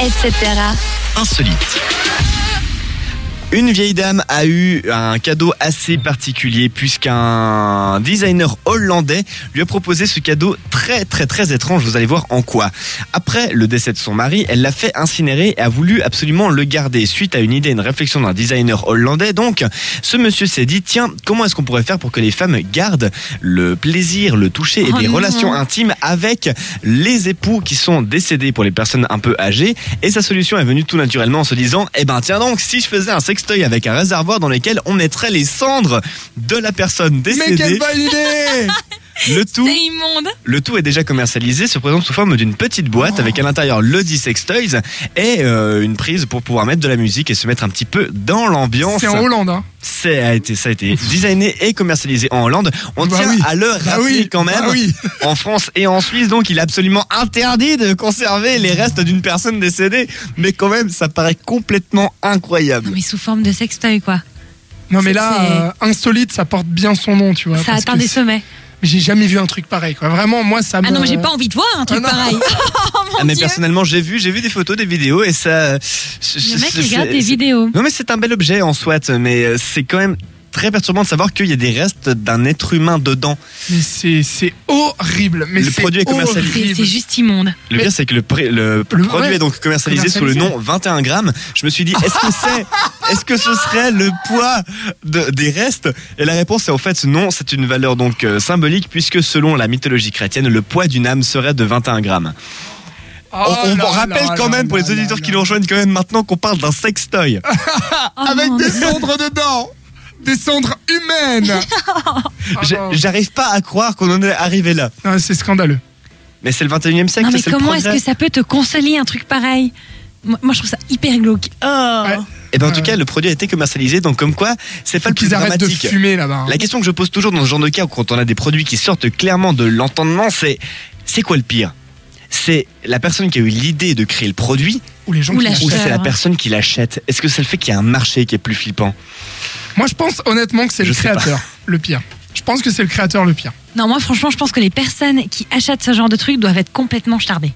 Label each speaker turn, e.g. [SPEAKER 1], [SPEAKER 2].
[SPEAKER 1] etc.
[SPEAKER 2] insolite. Une vieille dame a eu un cadeau assez particulier puisqu'un designer hollandais lui a proposé ce cadeau très très très étrange, vous allez voir en quoi. Après le décès de son mari, elle l'a fait incinérer et a voulu absolument le garder suite à une idée, une réflexion d'un designer hollandais. Donc ce monsieur s'est dit, tiens, comment est-ce qu'on pourrait faire pour que les femmes gardent le plaisir, le toucher et
[SPEAKER 1] Oh
[SPEAKER 2] des
[SPEAKER 1] non.
[SPEAKER 2] relations intimes avec les époux qui sont décédés pour les personnes un peu âgées et sa solution est venue tout naturellement en se disant Eh ben tiens donc, si je faisais un sextoy avec un réservoir dans lequel on mettrait les cendres de la personne
[SPEAKER 3] Mais quelle
[SPEAKER 2] décédée,
[SPEAKER 3] bonne idée
[SPEAKER 2] le tout,
[SPEAKER 1] C'est immonde.
[SPEAKER 2] le tout est déjà commercialisé, se présente sous forme d'une petite boîte
[SPEAKER 3] Oh.
[SPEAKER 2] avec à l'intérieur le 10 sextoys et euh, une prise pour pouvoir mettre de la musique et se mettre un petit peu dans l'ambiance.
[SPEAKER 3] C'est en Hollande, hein.
[SPEAKER 2] C'est a été, ça a été designé et commercialisé en Hollande. On
[SPEAKER 3] Bah
[SPEAKER 2] tient
[SPEAKER 3] oui.
[SPEAKER 2] à le rappeler quand même.
[SPEAKER 3] bah oui.
[SPEAKER 2] en France et en Suisse, donc il est absolument interdit de conserver les restes d'une personne décédée. Mais quand même, ça paraît complètement
[SPEAKER 1] Non
[SPEAKER 2] incroyable.
[SPEAKER 1] mais sous forme de sextoy quoi.
[SPEAKER 3] Non mais
[SPEAKER 1] C'est-
[SPEAKER 3] là, euh, insolite, ça porte bien son nom, tu vois.
[SPEAKER 1] ça
[SPEAKER 3] parce
[SPEAKER 1] atteint
[SPEAKER 3] que
[SPEAKER 1] des
[SPEAKER 3] c'est- Ah
[SPEAKER 1] sommets.
[SPEAKER 3] J'ai jamais vu un truc pareil, quoi. Vraiment, moi, ça me.
[SPEAKER 1] Ah non mais j'ai pas envie de voir un truc
[SPEAKER 3] Ah non.
[SPEAKER 1] pareil. oh mon
[SPEAKER 2] Ah, mais
[SPEAKER 1] dieu.
[SPEAKER 2] personnellement, j'ai vu, j'ai vu des photos, des vidéos et ça. euh,
[SPEAKER 1] Le mec il
[SPEAKER 2] c'est-
[SPEAKER 1] regarde des
[SPEAKER 2] c'est-
[SPEAKER 1] vidéos.
[SPEAKER 2] Non, mais c'est un bel objet en soit, mais euh, c'est quand même très perturbant de savoir qu'il y a des restes d'un être humain dedans.
[SPEAKER 3] Mais c'est c'est horrible. Mais
[SPEAKER 2] Le
[SPEAKER 3] c'est
[SPEAKER 2] produit est commercialisé.
[SPEAKER 1] C'est
[SPEAKER 3] horrible.
[SPEAKER 1] c'est juste immonde.
[SPEAKER 2] Le
[SPEAKER 3] Mais-
[SPEAKER 2] pire, c'est que le, pré- le
[SPEAKER 3] Le-
[SPEAKER 2] produit
[SPEAKER 3] ouais.
[SPEAKER 2] est donc commercialisé, sous le
[SPEAKER 3] Commercialisé.
[SPEAKER 2] nom 21 grammes. Je me suis dit, est-ce que c'est, est-ce que ce serait le poids de- des restes Et la réponse est en fait non. C'est une valeur donc euh, symbolique puisque selon la mythologie chrétienne, le poids d'une âme serait de 21 grammes.
[SPEAKER 3] Oh
[SPEAKER 2] on on
[SPEAKER 3] là
[SPEAKER 2] rappelle
[SPEAKER 3] là
[SPEAKER 2] quand
[SPEAKER 3] là
[SPEAKER 2] même pour
[SPEAKER 3] là
[SPEAKER 2] les
[SPEAKER 3] là
[SPEAKER 2] auditeurs
[SPEAKER 3] là. Ah
[SPEAKER 2] qui nous rejoignent quand même maintenant qu'on parle d'un sextoy.
[SPEAKER 1] Oh
[SPEAKER 3] Avec
[SPEAKER 1] non,
[SPEAKER 3] des
[SPEAKER 1] mais-
[SPEAKER 3] cendres dedans Des cendres humaines Ah
[SPEAKER 2] J'ai-
[SPEAKER 3] non.
[SPEAKER 2] J'arrive pas à croire qu'on en est arrivé là.
[SPEAKER 3] Non, C'est scandaleux.
[SPEAKER 2] Mais c'est le 21e siècle.
[SPEAKER 1] Non mais
[SPEAKER 2] c'est le
[SPEAKER 1] comment est-ce
[SPEAKER 2] progrès.
[SPEAKER 1] que ça peut te concilier un truc pareil moi, moi, je trouve ça hyper glauque. Oh.
[SPEAKER 3] Ouais.
[SPEAKER 2] Eh ben en tout
[SPEAKER 3] Ouais.
[SPEAKER 2] cas, le produit a été commercialisé, donc comme quoi, c'est pas le plus
[SPEAKER 3] Qu'ils arrêtent de
[SPEAKER 2] dramatique.
[SPEAKER 3] fumer là-bas. hein.
[SPEAKER 2] La question que je pose toujours dans ce genre de cas, quand on a des produits qui sortent clairement de l'entendement, c'est c'est quoi le pire C'est la personne qui a eu l'idée de créer le produit
[SPEAKER 3] Ou les gens
[SPEAKER 1] Ou
[SPEAKER 3] qui
[SPEAKER 1] l'acheteur.
[SPEAKER 2] ou
[SPEAKER 3] l'achètent.
[SPEAKER 2] c'est la
[SPEAKER 1] Cher.
[SPEAKER 2] personne qui l'achète Est-ce que c'est le fait qu'il y a un marché qui est plus flippant
[SPEAKER 3] Moi, je pense honnêtement que c'est le
[SPEAKER 2] Je sais pas.
[SPEAKER 3] créateur le pire. Je pense que c'est le créateur le pire.
[SPEAKER 1] Non, moi franchement, je pense que les personnes qui achètent ce genre de truc doivent être complètement chardées.